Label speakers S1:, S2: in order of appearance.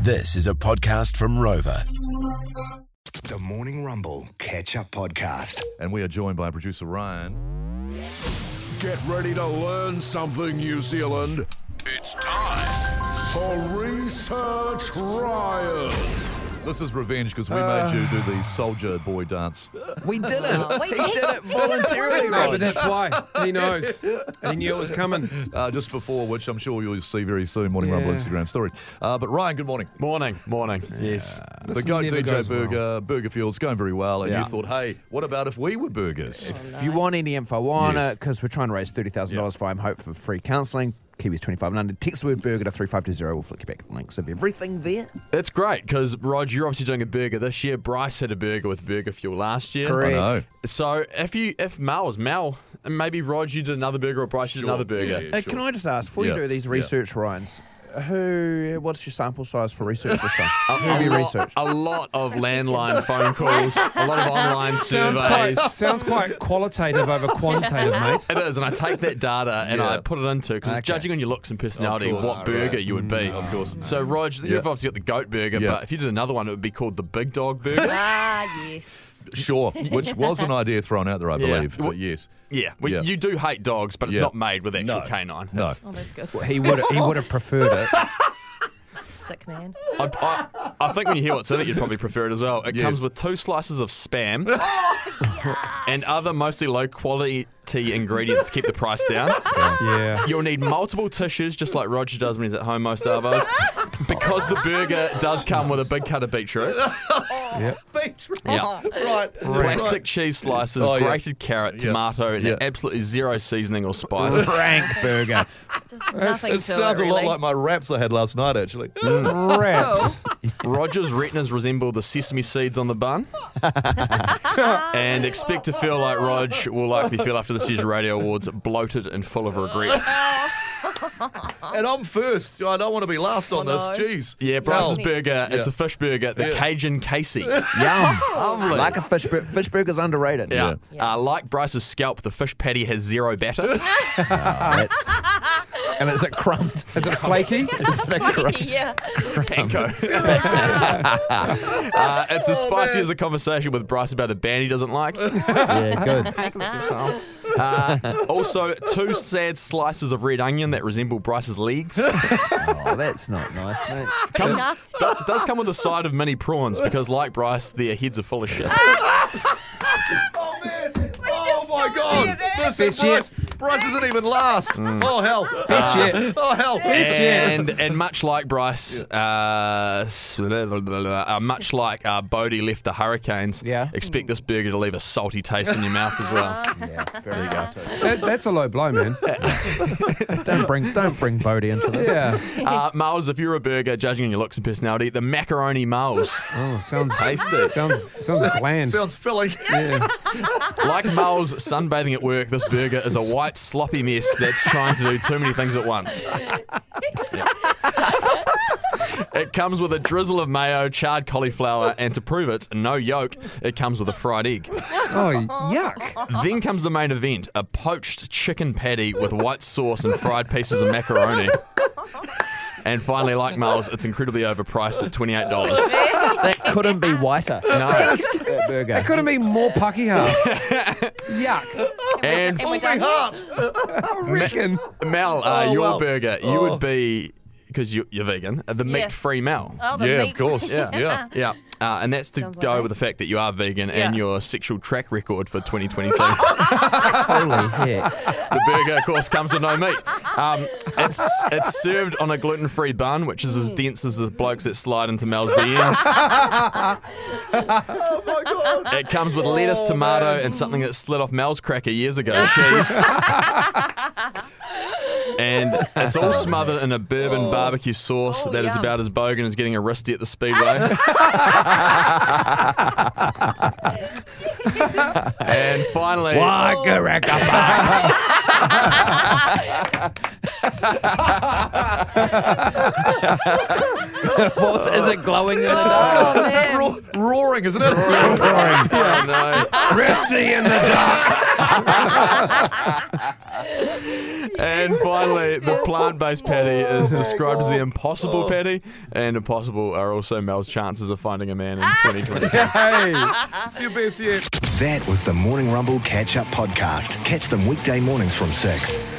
S1: This is a podcast from Rover.
S2: The Morning Rumble Catch Up Podcast.
S3: And we are joined by producer Ryan.
S4: Get ready to learn something, New Zealand. It's time for Research Ryan.
S3: This is revenge because we made you do the soldier boy dance.
S5: We did it.
S6: Wait,
S5: he did it voluntarily,
S7: No, but
S5: Rod.
S7: that's why. He knows. He knew it was coming.
S3: Uh, just before which I'm sure you'll see very soon. Morning Rumble
S7: Yeah.
S3: Instagram story. Uh, but Ryan, good morning.
S8: Morning, morning. Yes.
S3: the goat
S7: never
S3: DJ
S7: goes well.
S3: Burger Burger Fuel's going very well, and
S8: Yeah.
S3: you thought, hey, what about if we were burgers?
S5: If you want any info on
S3: Yes.
S5: it, because we're trying to raise thirty thousand dollars for I'm Hope for free counselling. Kiwis twenty five and under. Text the word burger to three five two zero. We'll flick you back the links of everything there.
S8: It's great because, Rog, you're obviously doing a burger this year. Bryce had a burger with Burger Fuel last year.
S5: Correct.
S3: I know.
S8: So if you, if Mal's, Mal, maybe Rog, you did another burger or Bryce
S3: Sure.
S8: did another burger.
S3: Yeah,
S5: Uh,
S3: yeah.
S5: Can I just ask before
S3: Yeah,
S5: you do these
S3: yeah.
S5: research, Ryan's? Who? What's your sample size for research this time? who have you
S8: lot-
S5: researched?
S8: a lot of landline phone calls, a lot of online
S7: Sounds quite,
S8: surveys.
S7: sounds quite qualitative over quantitative, mate.
S8: It is, and I take that data and I
S3: Yeah.
S8: put it into because it's
S5: Okay.
S8: judging on your looks and personality
S3: course.
S8: what burger
S3: Right. Mm,
S8: you would be. Of course. So, Rog,
S3: Yeah.
S8: you've obviously got the goat burger,
S3: Yeah.
S8: but if you did another one, it would be called the Big Dog Burger.
S6: Ah, yes.
S3: Sure, which was an idea thrown out there, I
S8: Yeah.
S3: believe.
S8: Well-
S3: But yes,
S8: Yeah, well,
S3: Yeah.
S8: you do hate dogs, but it's
S3: Yeah.
S8: not made with actual
S3: No.
S8: canine.
S3: no.
S8: It's-
S6: Oh, that's good.
S5: he would. He would have preferred it.
S6: Sick man.
S8: I, I, I think when you hear what's in it, you'd probably prefer it as well. It
S3: Yes.
S8: comes with two slices of spam
S3: Oh,
S8: and other mostly low quality ingredients to keep the price down.
S7: Yeah.
S8: You'll need multiple tissues, just like Roger does when he's at home most Arvos, because the burger does come with a big cut of beetroot. Yeah.
S3: Right.
S8: Plastic cheese slices,
S3: Oh, yeah.
S8: grated carrot,
S3: Yeah.
S8: tomato, and
S3: Yeah.
S8: absolutely zero seasoning or spice.
S5: Frank burger.
S6: Just nothing
S3: It
S6: to
S3: sounds
S6: it,
S3: a lot
S6: really.
S3: like my wraps I had last night, actually.
S6: Uh-huh.
S7: Raps.
S8: Roger's retinas resemble the sesame seeds on the bun. and expect to feel like Rog will likely feel after this year's Radio Awards bloated and full of regret.
S3: and I'm first. I don't want to be last on this.
S6: Oh, no.
S3: Jeez. Oh,
S8: Yeah, Bryce's
S3: No.
S8: burger, it's
S3: Yeah.
S8: a fish burger, the Cajun Casey. Yeah.
S5: Yum.
S8: Lovely.
S5: Like a fish. bur- Fish burger's underrated.
S8: Uh, like Bryce's scalp, the fish patty has zero batter.
S5: And is it crumbed?
S7: Is it flaky?
S6: yeah.
S8: Panko. uh, it's as spicy as a conversation with Bryce about a band he doesn't like.
S5: yeah, good.
S8: Also, two sad slices of red onion that resemble Bryce's legs.
S5: Oh, that's not nice, mate.
S8: Comes-
S6: Nasty.
S8: do- does come with a side of mini prawns because, like Bryce, their heads are full of shit.
S3: Oh, man. Oh,
S6: just
S3: my
S6: stop
S3: God.
S6: there, man.
S3: This is
S7: Best
S3: Bryce. Bryce isn't even last. Oh, hell.
S7: Best yet.
S3: Oh, hell.
S8: and and much like Bryce, uh, s- blah, blah, blah, blah, uh, much like uh, Bodie left the Hurricanes,
S5: Yeah.
S8: expect this burger to leave a salty taste in your mouth as well.
S5: Very good.
S7: That, that's a low blow, man.
S5: Don't bring don't bring Bodie into this.
S7: Yeah.
S8: Uh, Miles, if you're a burger, judging on your looks and personality, the macaroni Miles.
S7: Oh, sounds
S8: Tasty.
S7: Sounds sounds bland.
S3: Sounds filling.
S8: Like Miles sunbathing at work, this burger is a white sloppy mess that's trying to do too many things at once. Yeah. It comes with a drizzle of mayo, charred cauliflower, and to prove it's no yolk, it comes with a fried egg.
S7: Oh, yuck.
S8: Then comes the main event a poached chicken patty with white sauce and fried pieces of macaroni. And finally, like Miles, it's incredibly overpriced at $28.
S5: That couldn't be whiter.
S8: No.
S5: That burger.
S7: Could have been more Pakeha. Yuck.
S8: And
S6: And we're
S3: My
S6: done.
S3: heart.
S7: Reckon.
S8: Mal, uh,
S3: Oh,
S8: your
S3: wow.
S8: burger, you would be, because you, you're vegan, uh, the
S6: Yeah.
S8: meat free Mal.
S6: Oh, the
S3: Yeah,
S6: meat.
S3: of course.
S8: Yeah.
S3: Yeah.
S8: Yeah. Uh, and that's to
S6: Sounds
S8: go
S6: like me.
S8: with the fact that you are vegan and
S6: Yeah.
S8: your sexual track record for 2022. the
S5: Holy heck.
S8: burger, of course, comes with no meat. Um, it's it's served on a gluten-free bun, which is as
S3: Hmm.
S8: dense as the blokes that slide into Mel's DMs.
S3: Oh, my God.
S8: It comes with lettuce,
S3: Oh,
S8: tomato,
S3: man.
S8: and something that slid off Mel's cracker years ago, cheese. And it's
S3: Oh,
S8: all smothered in a bourbon barbecue sauce
S6: Oh,
S8: that is
S6: yum.
S8: about as bogan as getting a wristy at the speedway. and finally,
S5: What is it glowing in the dark?
S6: Oh, man.
S3: Ro- roaring, isn't it? Roaring.
S8: Oh, no.
S5: Resting in the dark.
S8: And finally, the plant based patty is described as the impossible patty, and impossible are also Mel's chances of finding a man in 2020.
S3: See you, best yet.
S2: That was the Morning Rumble Catch Up Podcast. Catch them weekday mornings from 6.